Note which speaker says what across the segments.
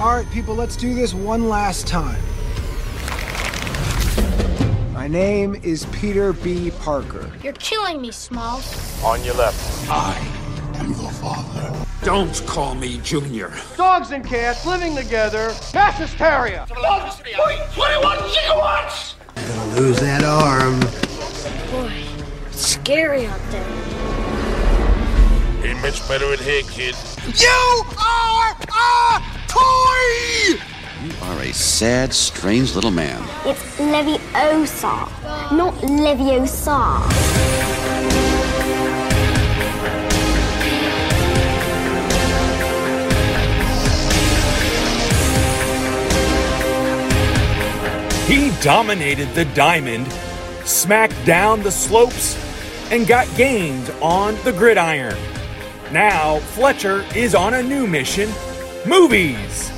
Speaker 1: All right, people, let's do this one last time. My name is Peter B. Parker.
Speaker 2: You're killing me, Smalls.
Speaker 3: On your left.
Speaker 4: I am your father. Don't call me Junior.
Speaker 5: Dogs and cats living together. Mass hysteria.
Speaker 6: Gonna lose that arm.
Speaker 2: Boy, it's scary out there.
Speaker 3: Ain't much better in here, kid.
Speaker 4: You are a toy!
Speaker 7: You are a sad, strange little man.
Speaker 8: It's Leviosa, not Leviosa.
Speaker 9: He dominated the diamond, smacked down the slopes, and got gained on the gridiron. Now, Fletcher is on a new mission movies.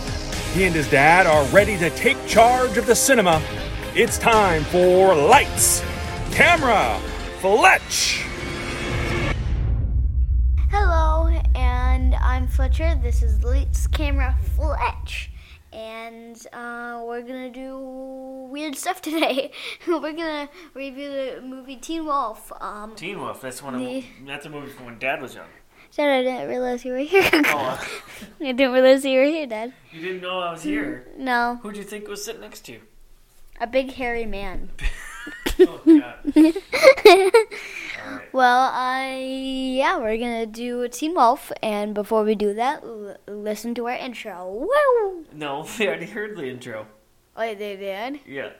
Speaker 9: He and his dad are ready to take charge of the cinema. It's time for lights, camera, Fletch.
Speaker 2: Hello, and I'm Fletcher. This is Lights Camera Fletch. And uh, we're gonna do weird stuff today. we're gonna review the movie Teen Wolf. Um,
Speaker 10: Teen Wolf. That's one of
Speaker 2: Yeah.
Speaker 10: that's a movie from when Dad was young.
Speaker 2: Dad, I didn't realize you were here.
Speaker 10: Oh,
Speaker 2: I didn't realize you were here, Dad.
Speaker 10: you didn't know I was
Speaker 2: Hmm.
Speaker 10: here.
Speaker 2: No,
Speaker 10: Who'd you think was sitting next to you?
Speaker 2: a big hairy man.
Speaker 10: Oh God.
Speaker 2: Well, I yeah, we're gonna do a Teen Wolf, and before we do that, l- listen to our intro. Woo!
Speaker 10: No, we already heard the intro.
Speaker 2: Wait, they did.
Speaker 10: Yeah.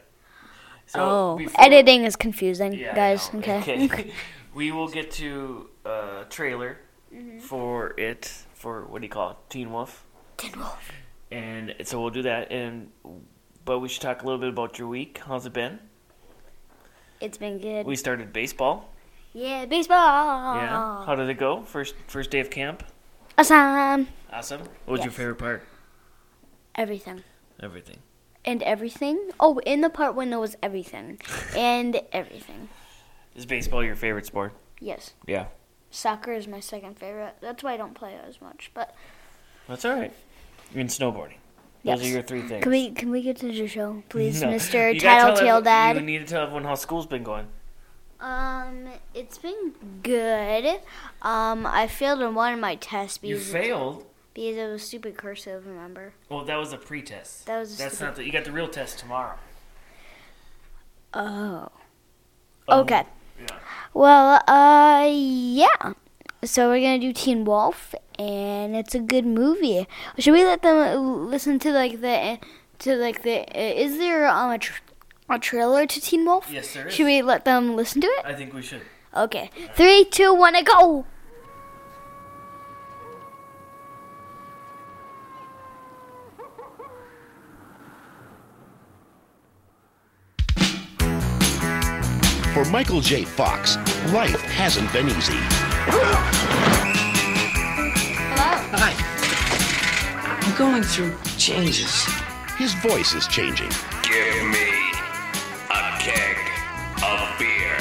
Speaker 2: Oh,
Speaker 10: before-
Speaker 2: editing is confusing,
Speaker 10: Yeah, I
Speaker 2: guys.
Speaker 10: know.
Speaker 2: Okay.
Speaker 10: okay. we will get to uh, trailer
Speaker 2: Mm-hmm.
Speaker 10: for it for what do you call it? Teen Wolf.
Speaker 2: Teen Wolf.
Speaker 10: And so we'll do that. And but we should talk a little bit about your week. How's it been?
Speaker 2: It's been good.
Speaker 10: We started baseball.
Speaker 2: yeah, baseball.
Speaker 10: Yeah. How did it go? First first day of camp.
Speaker 2: Awesome.
Speaker 10: Awesome. What was your
Speaker 2: Yes.
Speaker 10: favorite part?
Speaker 2: Everything
Speaker 10: Everything.
Speaker 2: and everything. Oh, in the part when there was everything and everything.
Speaker 10: Is baseball your favorite sport?
Speaker 2: Yes.
Speaker 10: Yeah.
Speaker 2: Soccer is my second favorite. That's why I don't play as much. But
Speaker 10: That's all right. You mean snowboarding. Those
Speaker 2: Yes.
Speaker 10: are your three things.
Speaker 2: can we can we get to the show, please,
Speaker 10: No.
Speaker 2: Mr.
Speaker 10: You gotta tell
Speaker 2: Tattletale
Speaker 10: everyone-
Speaker 2: Dad?
Speaker 10: You need to tell everyone how school's been going.
Speaker 2: Um, it's been good. Um, I failed in one of my tests
Speaker 10: You
Speaker 2: because,
Speaker 10: failed.
Speaker 2: because it was stupid cursive, remember?
Speaker 10: Well, that was a pre-test.
Speaker 2: That was a
Speaker 10: That's
Speaker 2: stupid-
Speaker 10: not the. You got the real test tomorrow.
Speaker 2: Oh.
Speaker 10: Oh,
Speaker 2: Okay.
Speaker 10: yeah.
Speaker 2: Well, uh, yeah. So we're gonna do Teen Wolf, and it's a good movie. Should we let them uh, listen to like the uh, to like the? uh, Is there um a, tr- a trailer to Teen Wolf?
Speaker 10: Yes, there is.
Speaker 2: Should we let them listen to it?
Speaker 10: I think we should.
Speaker 2: Okay. Three, two, one, and go.
Speaker 11: For Michael J. Fox, life hasn't been easy.
Speaker 4: Hi. I'm going through changes.
Speaker 11: His voice is changing.
Speaker 3: Give me a keg of beer.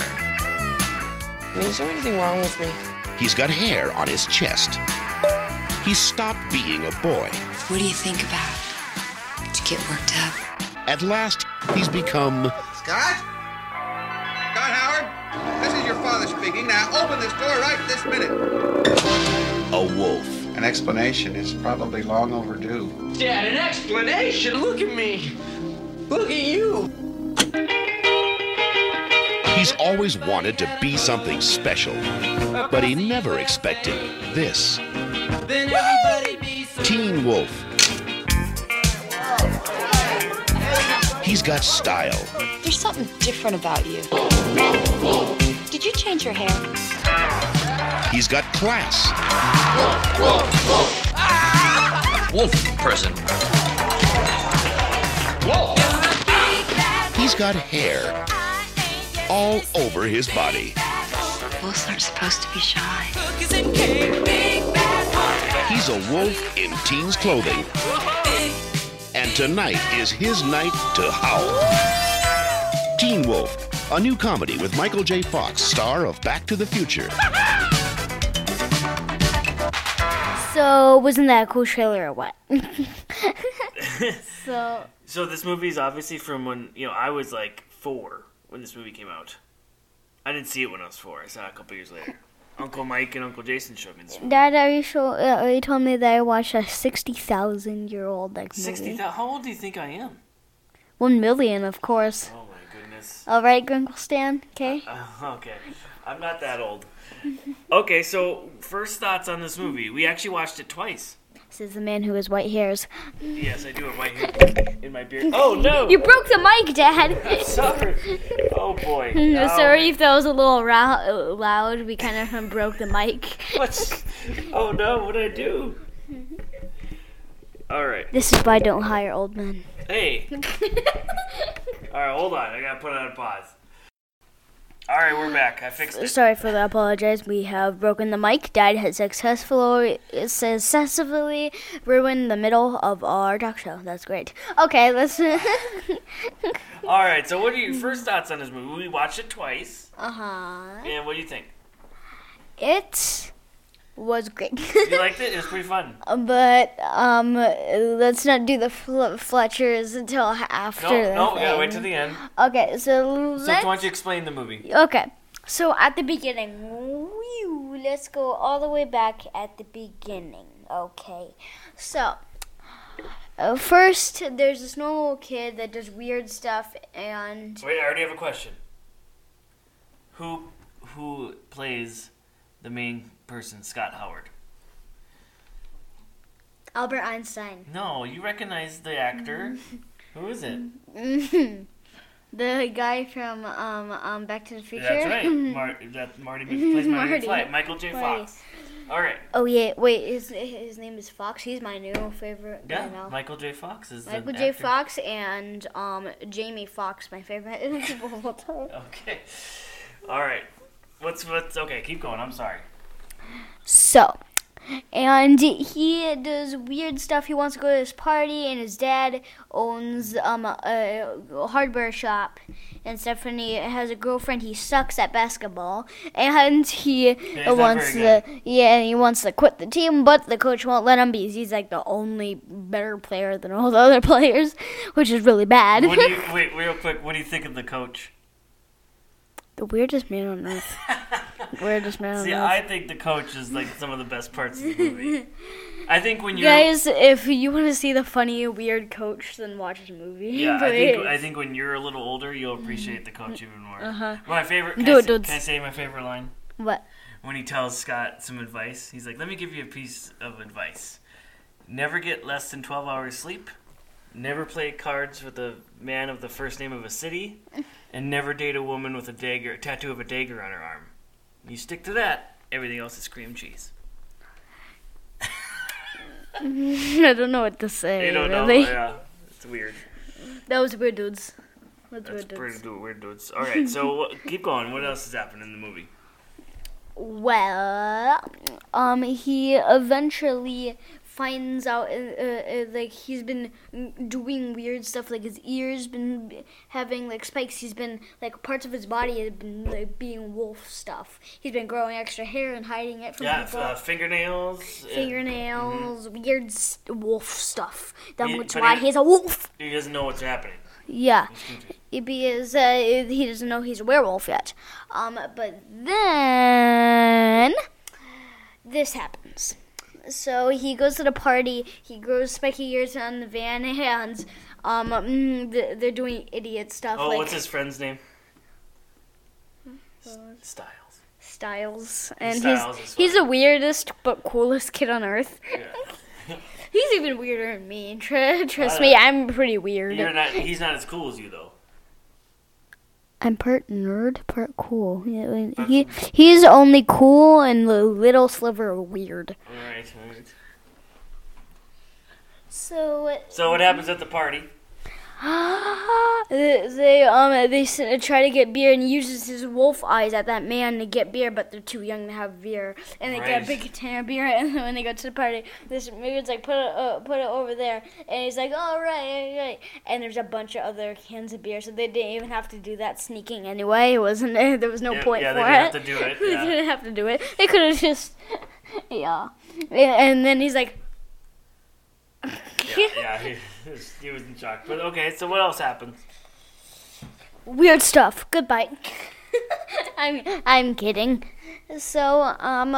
Speaker 4: I mean, is there anything wrong with me?
Speaker 11: He's got hair on his chest. He stopped being a boy.
Speaker 6: What do you think about to get worked up?
Speaker 11: At last, he's become
Speaker 4: Scott? Scott Howard? This is your father speaking. Now open this door right this minute.
Speaker 11: a wolf.
Speaker 6: An explanation is probably long overdue.
Speaker 5: Dad, an explanation. Look at me. Look at you.
Speaker 11: He's always wanted to be something special, but he never expected this.
Speaker 5: Then everybody be so
Speaker 11: Teen Wolf. He's got style.
Speaker 6: There's something different about you. Did you change your hair?
Speaker 11: He's got class.
Speaker 7: Wolf person.
Speaker 11: He's got hair all over his body.
Speaker 6: Wolves aren't supposed to be shy.
Speaker 11: He's a wolf in teens clothing. And tonight is his night to howl. Teen Wolf, a new comedy with Michael J. Fox, star of Back to the Future.
Speaker 2: So wasn't that a cool trailer or what? so
Speaker 10: So this movie is obviously from when you know I was like four when this movie came out. I didn't see it when I was four. I saw it a couple years later. Uncle Mike and Uncle Jason showed me this. Movie.
Speaker 2: Dad, are you sure? Uh, you told me that I watched a sixty thousand year old like movie.
Speaker 10: Sixty. thou- How old do you think I am?
Speaker 2: One million, of course.
Speaker 10: Oh my goodness.
Speaker 2: All right, Grinkle Stan. Okay.
Speaker 10: Uh, okay, I'm not that old. Okay, so first thoughts on this movie. We actually watched it twice.
Speaker 2: This is the man who has white hairs.
Speaker 10: Yes, I do have my hair in my beard. Oh no!
Speaker 2: You broke the mic, Dad.
Speaker 10: I'm sorry. Oh boy.
Speaker 2: Mm,
Speaker 10: Oh,
Speaker 2: Sorry if that was a little rou- loud. We kind of broke the mic.
Speaker 10: What's? Oh no! What did I do? All right.
Speaker 2: This is why I don't hire old men.
Speaker 10: Hey. All right, hold on. I gotta put it on pause. All right, we're back. I fixed it.
Speaker 2: Sorry for the apologize. We have broken the mic. Dad has successfully successfully ruined the middle of our talk show. That's great. Okay, let's. uh
Speaker 10: All right. So, what are your first thoughts on this movie? We watched it twice,
Speaker 2: huh.
Speaker 10: and what do you think?
Speaker 2: uh-huh. It was great.
Speaker 10: You liked it? It was pretty fun.
Speaker 2: But um, let's not do the fl- Fletchers until after. the
Speaker 10: No, no, we gotta
Speaker 2: thing.
Speaker 10: wait till the end.
Speaker 2: Okay, so
Speaker 10: So, why
Speaker 2: let's.
Speaker 10: don't you explain the movie?
Speaker 2: Okay, so at the beginning, whew, let's go all the way back at the beginning. Okay, so uh, first there's this normal kid that does weird stuff, and
Speaker 10: Wait, I already have a question. Who, who plays the main person, Scott Howard?
Speaker 2: Albert Einstein,
Speaker 10: No, you recognize the actor. Who is it?
Speaker 2: the guy from um, um Back to the Future.
Speaker 10: That's right. Mar- that Marty Mc- plays Marty,
Speaker 2: Marty.
Speaker 10: McFly. Michael J.
Speaker 2: Marty.
Speaker 10: Fox. All right.
Speaker 2: Oh yeah, wait. His his name is Fox. He's my new favorite.
Speaker 10: Yeah,
Speaker 2: you know.
Speaker 10: Michael J. Fox is the
Speaker 2: Michael J.
Speaker 10: actor.
Speaker 2: Fox and um Jamie Fox, my favorite people of all time.
Speaker 10: Okay. All right. What's what's okay? Keep going. I'm sorry.
Speaker 2: So, and he does weird stuff. He wants to go to this party, and his dad owns um, a, a hardware shop. And Stephanie has a girlfriend. He sucks at basketball, and he
Speaker 10: not
Speaker 2: wants
Speaker 10: very
Speaker 2: to yeah, and he wants to quit the team, but the coach won't let him because he's like the only better player than all the other players, which is really bad.
Speaker 10: What do you wait real quick? What do you think of the coach?
Speaker 2: the weirdest man on earth. weirdest man on
Speaker 10: See,
Speaker 2: earth.
Speaker 10: I think the coach is like some of the best parts of the movie. I think when you're
Speaker 2: Guys, if you want to see the funny, weird coach, then watch this movie.
Speaker 10: yeah, I think
Speaker 2: please.
Speaker 10: I think when you're a little older, you'll appreciate the coach even more.
Speaker 2: Uh-huh.
Speaker 10: My favorite. Can,
Speaker 2: Do
Speaker 10: I,
Speaker 2: it,
Speaker 10: say-
Speaker 2: dudes.
Speaker 10: can I say my favorite line?
Speaker 2: What?
Speaker 10: when he tells Scott some advice. He's like, "Let me give you a piece of advice: never get less than twelve hours sleep, never play cards with a man of the first name of a city, and never date a woman with a dagger, tattoo of a dagger on her arm. You stick to that, everything else is cream cheese."
Speaker 2: I don't know what to say.
Speaker 10: you don't
Speaker 2: really.
Speaker 10: know, yeah, it's weird.
Speaker 2: That was weird, dudes. That's,
Speaker 10: That's
Speaker 2: weird, dudes.
Speaker 10: pretty du- weird, dudes. All right, so uh, keep going. What else is happening in the movie?
Speaker 2: Well, um, he eventually finds out uh, uh, uh, like he's been doing weird stuff like his ears been having like spikes he's been like parts of his body have been like being wolf stuff he's been growing extra hair and hiding it from
Speaker 10: Yeah,
Speaker 2: people
Speaker 10: uh, fingernails. uh,
Speaker 2: fingernails, weird s- wolf stuff. That's
Speaker 10: Yeah, but
Speaker 2: why
Speaker 10: he-
Speaker 2: he's a wolf.
Speaker 10: He doesn't know what's happening.
Speaker 2: Yeah, it- because uh, he doesn't know he's a werewolf yet. Um, but then this happens. So he goes to the party. He grows spiky ears on the van, and um, mm, th- they're doing idiot stuff
Speaker 10: Oh,
Speaker 2: like
Speaker 10: what's his friend's name? S- Styles.
Speaker 2: Styles, and
Speaker 10: Styles
Speaker 2: he's
Speaker 10: is
Speaker 2: he's the weirdest but coolest kid on earth.
Speaker 10: Yeah.
Speaker 2: he's even weirder than me. Tr- trust
Speaker 10: don't
Speaker 2: me,
Speaker 10: know.
Speaker 2: I'm pretty weird.
Speaker 10: You're not. He's not as cool as you though.
Speaker 2: I'm part nerd, part cool. Yeah, like, He he's only cool and the little sliver of weird.
Speaker 10: All right. all right.
Speaker 2: So
Speaker 10: So what happens at the party?
Speaker 2: they they, um they s- try to get beer and he uses his wolf eyes at that man to get beer, but they're too young to have beer, and they get a
Speaker 10: Right.
Speaker 2: big container of beer. And then when they go to the party, this dude's like put it uh, put it over there, and he's like, all right, all right, and there's a bunch of other cans of beer, so they didn't even have to do that sneaking anyway. It wasn't there was no
Speaker 10: Yeah,
Speaker 2: point
Speaker 10: yeah,
Speaker 2: for
Speaker 10: they didn't
Speaker 2: it.
Speaker 10: have to do it,
Speaker 2: they
Speaker 10: yeah.
Speaker 2: didn't have to do it. They could have just yeah. And then he's like,
Speaker 10: yeah, yeah he, he was in shock. But okay, so what else happened?
Speaker 2: weird stuff. Goodbye. I'm I'm kidding. So um,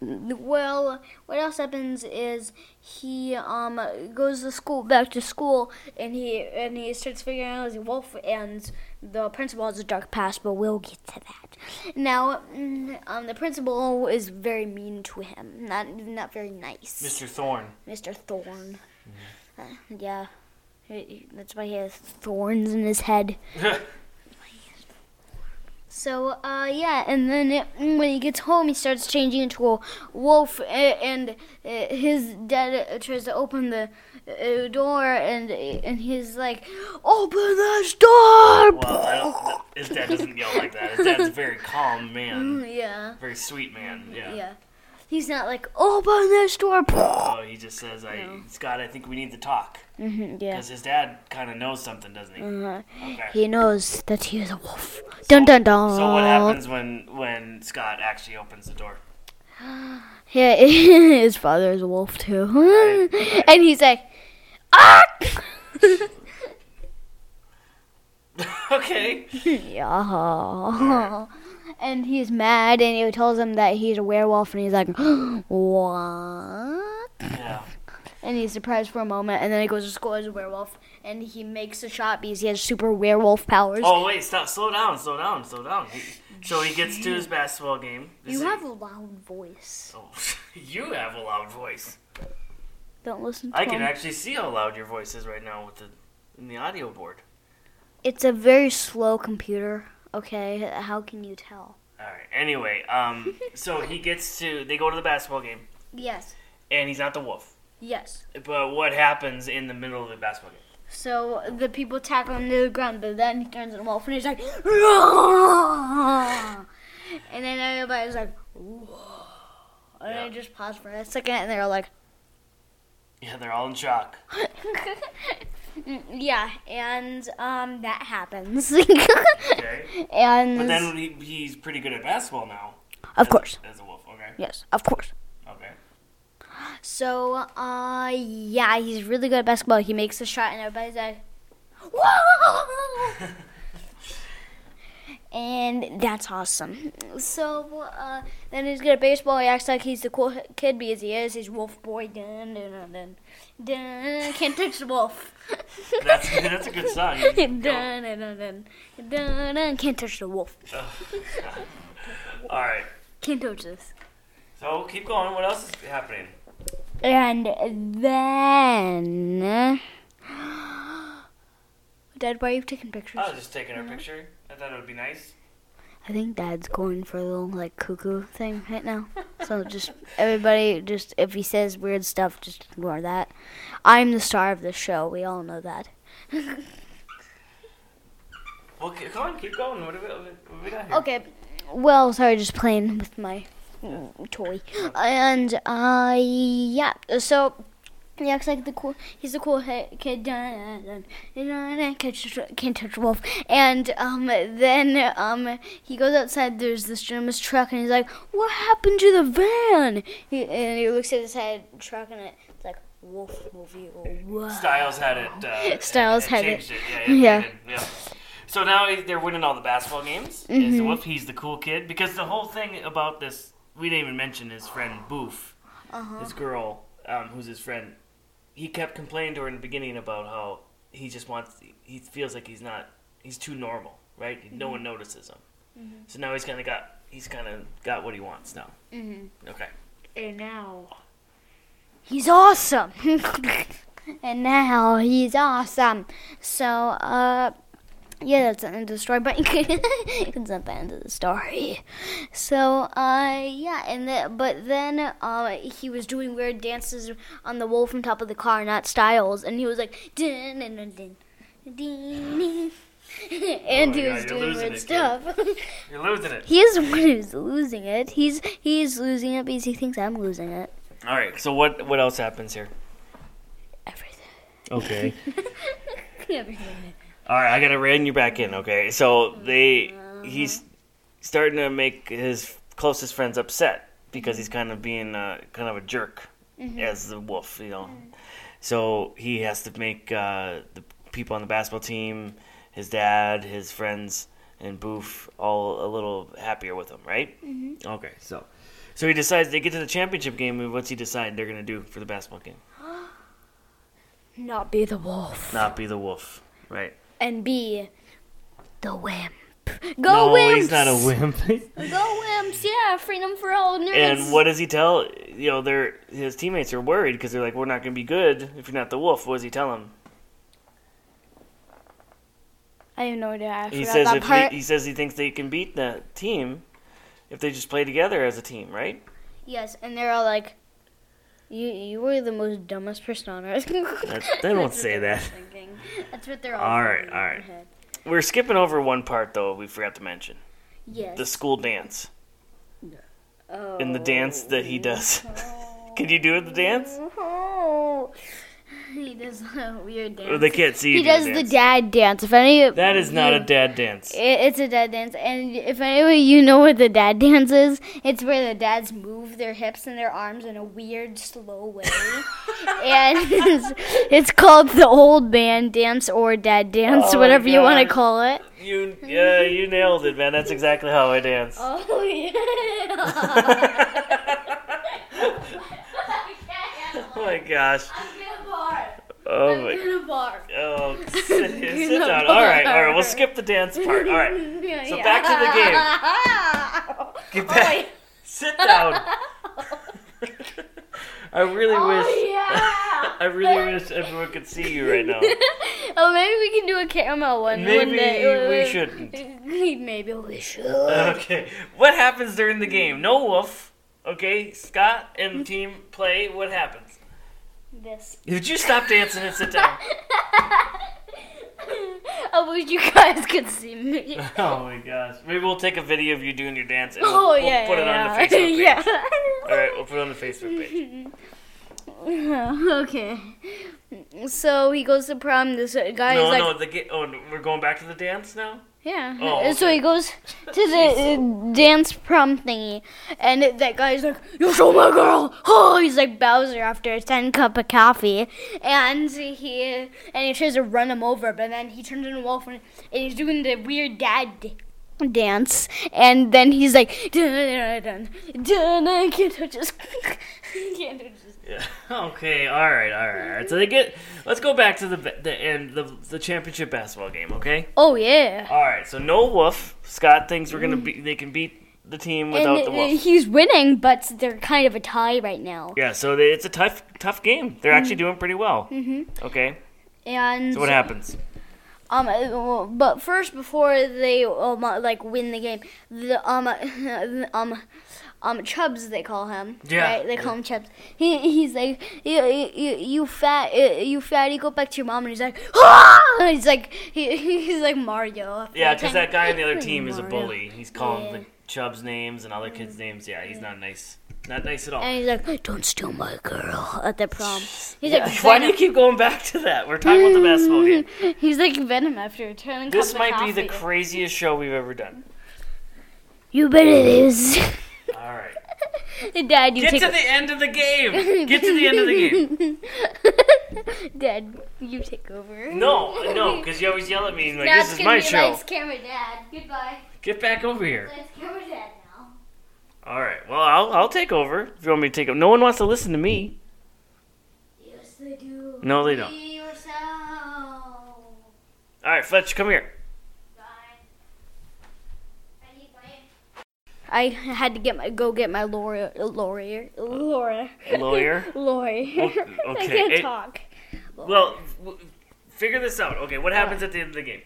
Speaker 2: well, what else happens is he um goes to school back to school and he and he starts figuring out he's a wolf and the principal has a dark past, but we'll get to that. Now, mm, um, the principal is very mean to him. Not not very nice.
Speaker 10: Mr. Thorne.
Speaker 2: Mr. Thorn.
Speaker 10: Mm-hmm.
Speaker 2: Uh, yeah. He- That's why he has thorns in his head. So, uh, yeah, and then it, when he gets home, he starts changing into a wolf, a- and uh, his dad uh, tries to open the uh, door, and and he's like, "Open this door!"
Speaker 10: Well, I don't, his dad doesn't yell like that. His dad's a very calm man.
Speaker 2: Mm, yeah.
Speaker 10: Very sweet man. Yeah.
Speaker 2: Yeah, he's not like, "Open this door!"
Speaker 10: Oh, he just says, "I Scott, I think we need to talk."
Speaker 2: hmm yeah.
Speaker 10: Because his dad kind of knows something, doesn't he?
Speaker 2: Uh-huh.
Speaker 10: Okay.
Speaker 2: He knows that he is a wolf. dun dun dun.
Speaker 10: So what happens when when Scott actually opens the door?
Speaker 2: Yeah, his father is a wolf too, and he's like, ah.
Speaker 10: okay.
Speaker 2: yeah. And he's mad, and he tells him that he's a werewolf, and he's like, what?
Speaker 10: Yeah.
Speaker 2: And he's surprised for a moment, and then he goes to school as a werewolf, and he makes a shot because he has super werewolf powers.
Speaker 10: Oh wait, stop! Slow down! Slow down! Slow down! He- so he gets to his basketball game. This
Speaker 2: you
Speaker 10: is-
Speaker 2: have a loud voice.
Speaker 10: Oh, you have a loud voice.
Speaker 2: Don't listen to
Speaker 10: I can
Speaker 2: him.
Speaker 10: actually see how loud your voice is right now with the in the audio board.
Speaker 2: It's a very slow computer. Okay, how can you tell?
Speaker 10: All right. Anyway, um, so he gets to they go to the basketball game,
Speaker 2: Yes.
Speaker 10: and he's not the wolf.
Speaker 2: Yes.
Speaker 10: But what happens in the middle of the basketball game?
Speaker 2: So the people tackle him to the ground, but then he turns into a wolf and he's like, and then everybody's like, "Whoa." and I just pause for a second, and they're like,
Speaker 10: Yeah, they're all in shock.
Speaker 2: yeah, and um, that happens,
Speaker 10: Okay.
Speaker 2: and
Speaker 10: But then he, he's pretty good at basketball now.
Speaker 2: of course,
Speaker 10: As a wolf. Okay.
Speaker 2: yes, of course.
Speaker 10: Okay.
Speaker 2: So, uh, yeah, he's really good at basketball. He makes a shot, and everybody's like, "Whoa!" and that's awesome. So, uh, then he's good at baseball. He acts like he's the cool kid because he is. He's Wolf Boy. Dun dun dun dun. dun. Can't touch the wolf.
Speaker 10: That's that's a good song. You
Speaker 2: dun
Speaker 10: go.
Speaker 2: dun dun dun. Dun dun. Can't touch the wolf.
Speaker 10: All right.
Speaker 2: Can't touch this.
Speaker 10: So keep going. What else is happening?
Speaker 2: And then. Dad, why are you taking pictures?
Speaker 10: I was just taking her picture. I thought it would be nice.
Speaker 2: I think Dad's going for a little like cuckoo thing right now. so just everybody, just if he says weird stuff, just ignore that. I'm the star of the show. We all know that.
Speaker 10: Well, c- come on, keep going. What have we, what have we got here?
Speaker 2: Okay. Well, sorry, just playing with my mm, toy. And uh, yeah. So he acts like the cool. He's the cool he- kid. Dun, dun, dun, dun, dun, Can't touch- can't touch wolf. And um, then um, he goes outside. There's this gentleman's truck, and he's like, "What happened to the van?" He, and he looks at his head truck, and it's like wolf movie. Or what?
Speaker 10: Styles had it. Uh,
Speaker 2: Styles had
Speaker 10: changed
Speaker 2: it.
Speaker 10: Yeah, yeah,
Speaker 2: Yeah.
Speaker 10: they did, yeah. So now he- they're winning all the basketball games. Is
Speaker 2: Mm-hmm.
Speaker 10: the Whoop, he's the cool kid. Because the whole thing about this, we didn't even mention his friend Boof, this girl um, who's his friend. He kept complaining to her in the beginning about how he just wants, he feels like he's not, he's too normal, right? No one notices him. So now he's kind of got, he's kind of got what he wants now. Mm-hmm. Okay.
Speaker 2: And now he's awesome. and now he's awesome. So, uh, yeah, that's the end of the story, but it's not the end of the story. So, uh, yeah, and the, but then uh, he was doing weird dances on the wall from top of the car, not Styles, and he was like, dun, dun, dun, dun, dun, dun. and he was
Speaker 10: my God, Oh, you're
Speaker 2: doing
Speaker 10: losing
Speaker 2: weird
Speaker 10: it, kid.
Speaker 2: stuff.
Speaker 10: You're losing it.
Speaker 2: he is the one who's losing it. He's he's losing it because he thinks I'm losing it.
Speaker 10: All right. So what, what else happens here?
Speaker 2: Everything.
Speaker 10: Okay.
Speaker 2: Everything.
Speaker 10: All right, I gotta rein you back in. Okay, so they he's starting to make his closest friends upset because he's kind of being uh, kind of a jerk
Speaker 12: Mhm.
Speaker 10: as the wolf, you know. So he has to make uh, the people on the basketball team, his dad, his friends, and Boof all a little happier with him, right?
Speaker 2: Mhm.
Speaker 10: Okay, so so he decides they get to the championship game, and what's he decide they're gonna do for the basketball game?
Speaker 2: Not be the wolf
Speaker 10: Not be the wolf, right?
Speaker 2: and be the wimp. Go
Speaker 10: no,
Speaker 2: wimps!
Speaker 10: he's not a wimp.
Speaker 2: Go wimps! Yeah, freedom for all nerds.
Speaker 10: and what does he tell? You know, their his teammates are worried because they're like, "We're not gonna be good if you're not the wolf." What does he tell them?
Speaker 2: I have no idea. I forgot
Speaker 10: he says
Speaker 2: that
Speaker 10: if
Speaker 2: part.
Speaker 10: He, he says he thinks they can beat the team if they just play together as a team, right?
Speaker 2: Yes, and they're all like, "You, you were the most dumbest person on earth."
Speaker 10: That, they won't say that.
Speaker 2: That's what they're all.
Speaker 10: All right,
Speaker 2: thinking
Speaker 10: all
Speaker 2: in
Speaker 10: right.
Speaker 2: their head.
Speaker 10: We're skipping over one part though. We forgot to mention
Speaker 2: Yes.
Speaker 10: the school dance
Speaker 2: oh.
Speaker 10: and the dance that he does. can you do the dance?
Speaker 2: Oh. He does a weird dance.
Speaker 10: Or they can't see you
Speaker 2: He
Speaker 10: do the
Speaker 2: does the
Speaker 10: dance.
Speaker 2: dad dance. If any of
Speaker 10: That is not a
Speaker 2: you-
Speaker 10: dad dance.
Speaker 2: It, it's a dad dance, and if anybody you know what the dad dance is, it's where the dads move their hips and their arms in a weird, slow way, and it's, it's called the old man dance or dad dance,
Speaker 10: Oh my
Speaker 2: whatever you want to
Speaker 10: God.
Speaker 2: call it.
Speaker 10: You yeah, you nailed it, man. That's exactly how I dance.
Speaker 2: Oh yeah.
Speaker 10: Oh my gosh. Oh
Speaker 2: I'm
Speaker 10: my.
Speaker 2: gonna barf.
Speaker 10: Oh, sit,
Speaker 2: gonna
Speaker 10: sit down. All right, all right. We'll
Speaker 2: barf.
Speaker 10: skip the dance part. All right. So
Speaker 2: Yeah.
Speaker 10: back to the game. Get back. Sit down. I really wish. I really wish everyone could see you right now.
Speaker 2: oh, maybe we can do a caramel one. one
Speaker 10: Maybe
Speaker 2: day.
Speaker 10: we shouldn't.
Speaker 2: Maybe we should.
Speaker 10: Okay. What happens during the game? No wolf. Okay. Scott
Speaker 2: Mm-hmm.
Speaker 10: and team play. What happens?
Speaker 2: This.
Speaker 10: Would you stop dancing and sit down?
Speaker 2: I wish you guys could see me.
Speaker 10: Oh my gosh. Maybe we'll take a video of you doing your dance and we'll,
Speaker 2: Oh
Speaker 10: we'll
Speaker 2: yeah,
Speaker 10: put it on the
Speaker 2: yeah,
Speaker 10: Facebook page.
Speaker 2: yeah.
Speaker 10: All right. We'll put it on the Facebook page.
Speaker 2: yeah. okay. So he goes to prom. This guy
Speaker 10: no,
Speaker 2: is like,
Speaker 10: no. The ga- oh, we're going back to the dance now.
Speaker 2: yeah.
Speaker 10: Oh,
Speaker 2: So he goes to the uh, dance prom thingy, and it, that guy's like, "You show my girl." Oh, he's like Bowser after a ten cup of coffee, and he and he tries to run him over, but then he turns into a wolf and, and he's doing the weird dad d- dance, and then he's like, "Dun dun dun dun," I can't touch his. can't touch his.
Speaker 10: Yeah. Okay. All right. All right. All right. So they get. Let's go back to the ba- the end the the championship basketball game. Okay.
Speaker 2: Oh yeah.
Speaker 10: All right. So no wolf. Scott thinks we're gonna be. They can beat the team without
Speaker 2: and
Speaker 10: the
Speaker 2: uh,
Speaker 10: wolf.
Speaker 2: he's winning, but they're kind of a tie right now.
Speaker 10: yeah. So they, it's a tough tough game. They're actually
Speaker 2: Mhm.
Speaker 10: doing pretty well.
Speaker 2: hmm
Speaker 10: Okay.
Speaker 2: And
Speaker 10: So what happens?
Speaker 2: Um, uh, well, but first, before they um uh, like win the game, the um uh, um um Chubs they call him.
Speaker 12: Yeah.
Speaker 2: Right? They call him Chubs. He he's like you you, you fat uh, you fatty go back to your mom and he's like ah! he's like he, he's like Mario.
Speaker 10: Yeah, because that guy on the other
Speaker 2: Like
Speaker 10: team is a
Speaker 2: Mario.
Speaker 10: bully. He's calling the Chubbs names and other kids' names. Yeah, he's not nice. Not nice at all.
Speaker 2: Mm-hmm. And he's like, "Don't steal my girl" at the prom. He's
Speaker 10: Yeah,
Speaker 2: like,
Speaker 10: why do you keep going back to that? We're talking about the
Speaker 2: Mm-hmm.
Speaker 10: basketball game.
Speaker 2: He's like Venom after a turn.
Speaker 10: This might be the craziest show we've ever done.
Speaker 2: You bet it is.
Speaker 10: All right.
Speaker 2: Dad, you
Speaker 10: Get to
Speaker 2: take
Speaker 10: the end of the game. Get to the end of the game.
Speaker 2: game. Dad, you take over.
Speaker 10: No, no, because you always yell at me and like
Speaker 2: That's
Speaker 10: this is
Speaker 2: gonna
Speaker 10: my
Speaker 2: be
Speaker 10: show.
Speaker 2: Life's camera, Dad. Goodbye.
Speaker 10: Get back over here.
Speaker 2: Life's camera, Dad.
Speaker 10: All right. Well, I'll I'll take over if you want me to take over. No one wants to listen to me.
Speaker 2: Yes, they do.
Speaker 10: No, they don't.
Speaker 2: Be yourself.
Speaker 10: All right, Fletch, come here.
Speaker 2: I had to get my go get my lawyer, lawyer, lawyer,
Speaker 10: Lawyer?
Speaker 2: lawyer. I
Speaker 10: okay,
Speaker 2: can't
Speaker 10: it-
Speaker 2: talk.
Speaker 10: Well, w- figure this out. Okay, what happens at the end of the game?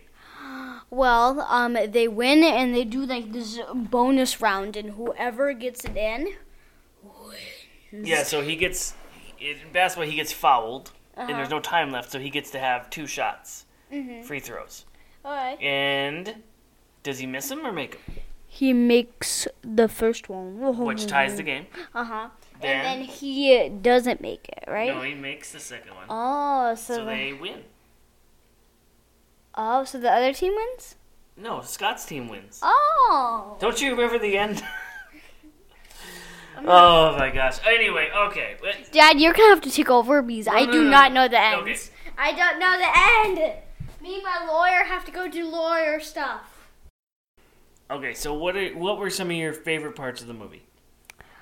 Speaker 2: Well, um, they win and they do like this bonus round, and whoever gets it in,
Speaker 10: Yeah, so he gets in basketball. He gets fouled,
Speaker 2: Uh-huh.
Speaker 10: and there's no time left, so he gets to have two shots,
Speaker 2: Mhm.
Speaker 10: free throws.
Speaker 2: all right,
Speaker 10: And does he miss them or make them?
Speaker 2: he makes the first one,
Speaker 10: Which ties the game.
Speaker 2: Uh huh.
Speaker 10: Then-
Speaker 2: And then he doesn't make it, right?
Speaker 10: No, he makes the second one.
Speaker 2: oh, so,
Speaker 10: so
Speaker 2: the-
Speaker 10: they win.
Speaker 2: oh, so the other team wins.
Speaker 10: No, Scott's team wins.
Speaker 2: Oh.
Speaker 10: Don't you remember the end? Oh my gosh. Anyway, okay. but-
Speaker 2: Dad, you're gonna have to take over because I
Speaker 10: no,
Speaker 2: do
Speaker 10: no,
Speaker 2: not
Speaker 10: no.
Speaker 2: know the end.
Speaker 10: Okay.
Speaker 2: I don't know the end. Me and my lawyer have to go do lawyer stuff.
Speaker 10: Okay, so what are what were some of your favorite parts of the movie?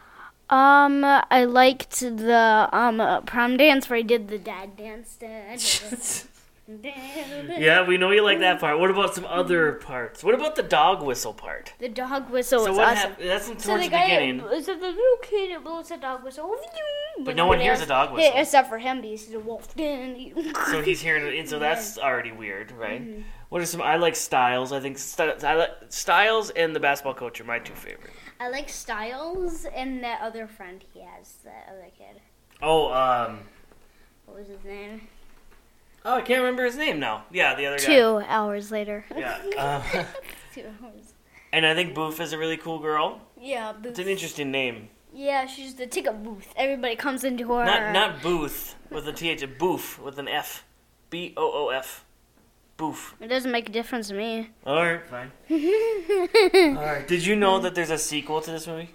Speaker 2: Um, I liked the um uh, prom dance where I did the dad dance. Dad dance.
Speaker 10: Yeah, we know you like that part. What about some other parts? What about the dog whistle part?
Speaker 2: The dog whistle
Speaker 10: So
Speaker 2: was
Speaker 10: what
Speaker 2: Oh, awesome.
Speaker 10: hap- that's towards
Speaker 2: so the
Speaker 10: the
Speaker 2: guy,
Speaker 10: beginning.
Speaker 2: So the little kid that blows the dog whistle.
Speaker 10: But no one hears a dog
Speaker 2: Yeah,
Speaker 10: whistle.
Speaker 2: except for him because he's a wolf. so
Speaker 10: So he's hearing it, and so that's already weird, right?
Speaker 2: Mm-hmm.
Speaker 10: What are some? I like Styles. I think Styles, I like Styles and the basketball coach are my two favorite.
Speaker 2: I like Styles and that other friend he has, that other kid.
Speaker 10: Oh, um,
Speaker 2: What was his name?
Speaker 10: oh, I can't remember his name now. Yeah, the other
Speaker 2: Two hours later.
Speaker 10: guy. Yeah. Uh,
Speaker 2: Two hours.
Speaker 10: and I think Boof is a really cool girl.
Speaker 2: Yeah,
Speaker 10: It's
Speaker 2: Booth.
Speaker 10: an interesting name.
Speaker 2: Yeah, she's the ticket booth. Everybody comes into her.
Speaker 10: Not not Booth with a th, a Boof with an F, B O O F, Boof.
Speaker 2: It doesn't make a difference to me.
Speaker 10: All right, fine. All right. Did you know that there's a sequel to this movie?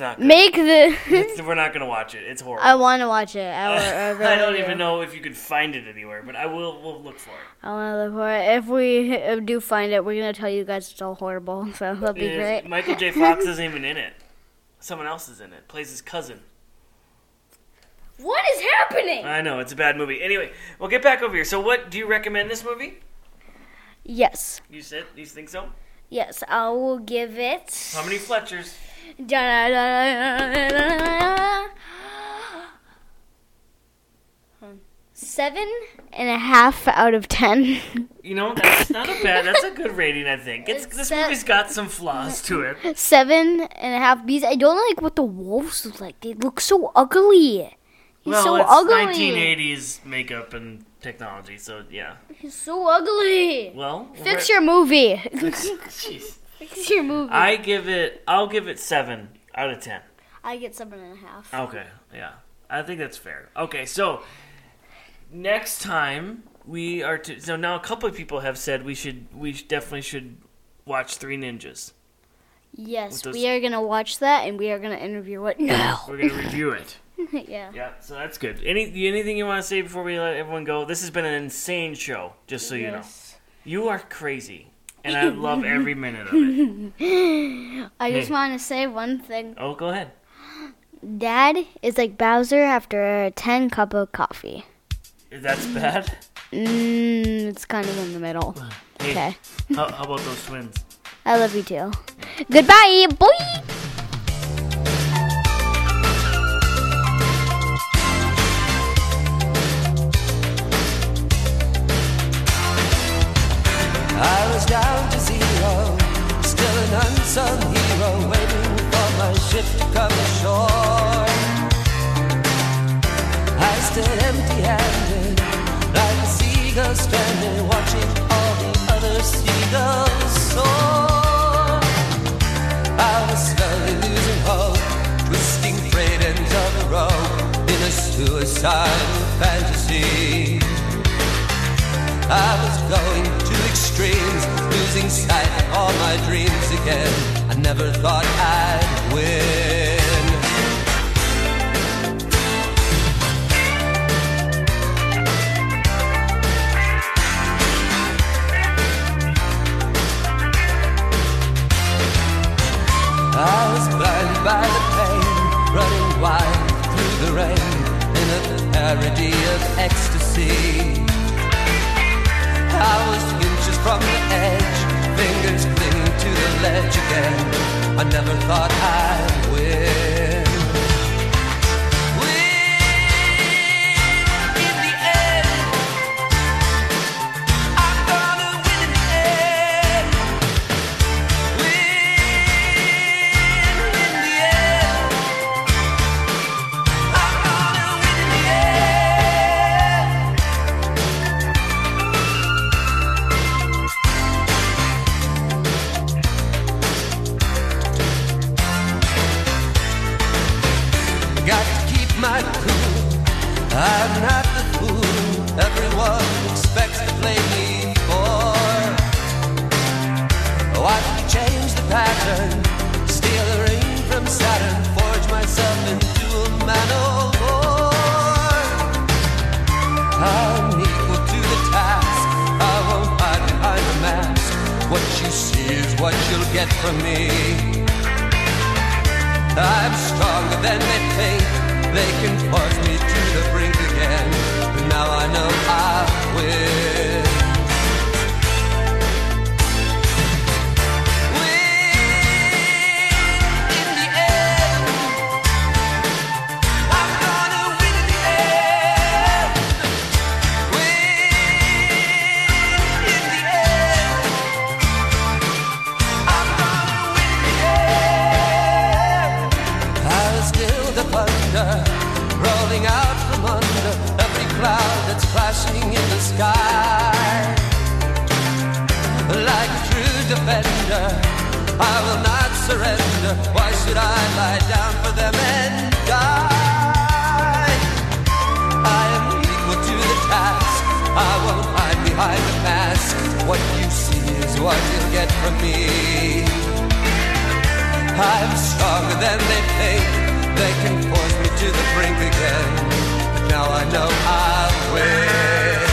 Speaker 10: not. Good.
Speaker 2: Make the.
Speaker 10: It's- we're not gonna watch it. It's horrible.
Speaker 2: I want to watch it. I, wa- I
Speaker 10: I,
Speaker 2: really
Speaker 10: don't
Speaker 2: do.
Speaker 10: even know if you could find it anywhere, but I will. We'll look for it.
Speaker 2: I want to look for it. If we uh, do find it, we're gonna tell you guys it's all horrible. So that'll be
Speaker 10: It is-
Speaker 2: great.
Speaker 10: Michael J. Fox isn't even in it. Someone else is in it. Plays his cousin.
Speaker 2: What is happening?
Speaker 10: I know it's a bad movie. Anyway, we'll get back over here. So, what do you recommend this movie?
Speaker 2: Yes,
Speaker 10: You said you think so?
Speaker 2: yes, I will give it.
Speaker 10: How many Fletchers?
Speaker 2: Seven and a half out of ten.
Speaker 10: You know that's not a bad. That's a good rating, I think. It's this
Speaker 2: Except-
Speaker 10: movie's got some flaws to it.
Speaker 2: Seven and a half bees. I don't like what the wolves look like. They look so ugly. He's
Speaker 10: well,
Speaker 2: so
Speaker 10: it's
Speaker 2: ugly.
Speaker 10: 1980s makeup and technology, so yeah.
Speaker 2: He's so ugly.
Speaker 10: Well,
Speaker 2: Fix your movie.
Speaker 10: Jeez.
Speaker 2: Fix your movie. I,
Speaker 10: I give it. I'll give it seven out of ten.
Speaker 2: get seven and a half.
Speaker 10: Okay, yeah, I think that's fair. Okay, so next time we are to. So now a couple of people have said we should. We sh- definitely should watch Three Ninjas.
Speaker 2: Yes,
Speaker 10: With
Speaker 2: we
Speaker 10: those-
Speaker 2: are gonna watch that and we are gonna interview it now.
Speaker 10: We're gonna review it.
Speaker 2: yeah.
Speaker 10: Yeah, so that's good. Any anything you want to say before we let everyone go? This has been an insane show, just so you know. You are crazy, and I love every minute of it.
Speaker 2: I just
Speaker 10: Hey.
Speaker 2: want to say one thing.
Speaker 10: Oh, go ahead.
Speaker 2: Dad is like Bowser after a 10 cup of coffee.
Speaker 10: That's bad.
Speaker 2: Mm, it's kind of in the middle.
Speaker 10: Hey,
Speaker 2: Okay.
Speaker 10: How, how about those twins?
Speaker 2: I love you too. Goodbye, boy.
Speaker 12: I was down to zero, still an unsung hero, waiting for my ship to come ashore. I stood empty-handed, like a seagull stranded, watching all the other seagulls soar. I was slowly losing hope, twisting freight ends of the road in a suicidal fantasy. I was going to extremes, losing sight of all my dreams again. I never thought I'd win. I was blinded by the pain, running wild through the rain in a parody of ecstasy. I was inches from the edge, fingers clinging to the ledge again. I never thought I'd win. Win in the end. I'm gonna win in the end. Win in the end. I'm gonna win in the end. it from me. I'm stronger than they think. They can force me to the brink again. But now I know I will. Win in the end. I'm gonna win in the end. Win in the end. I was still the thunder rolling out from under every cloud that's flashing in the sky. Like a true defender, I will not surrender. Why should I lie down for them and die? I am equal to the task. I won't hide behind the mask. What you see is what you get from me. I'm stronger than they think. They can force me to the brink again. But now I know I will.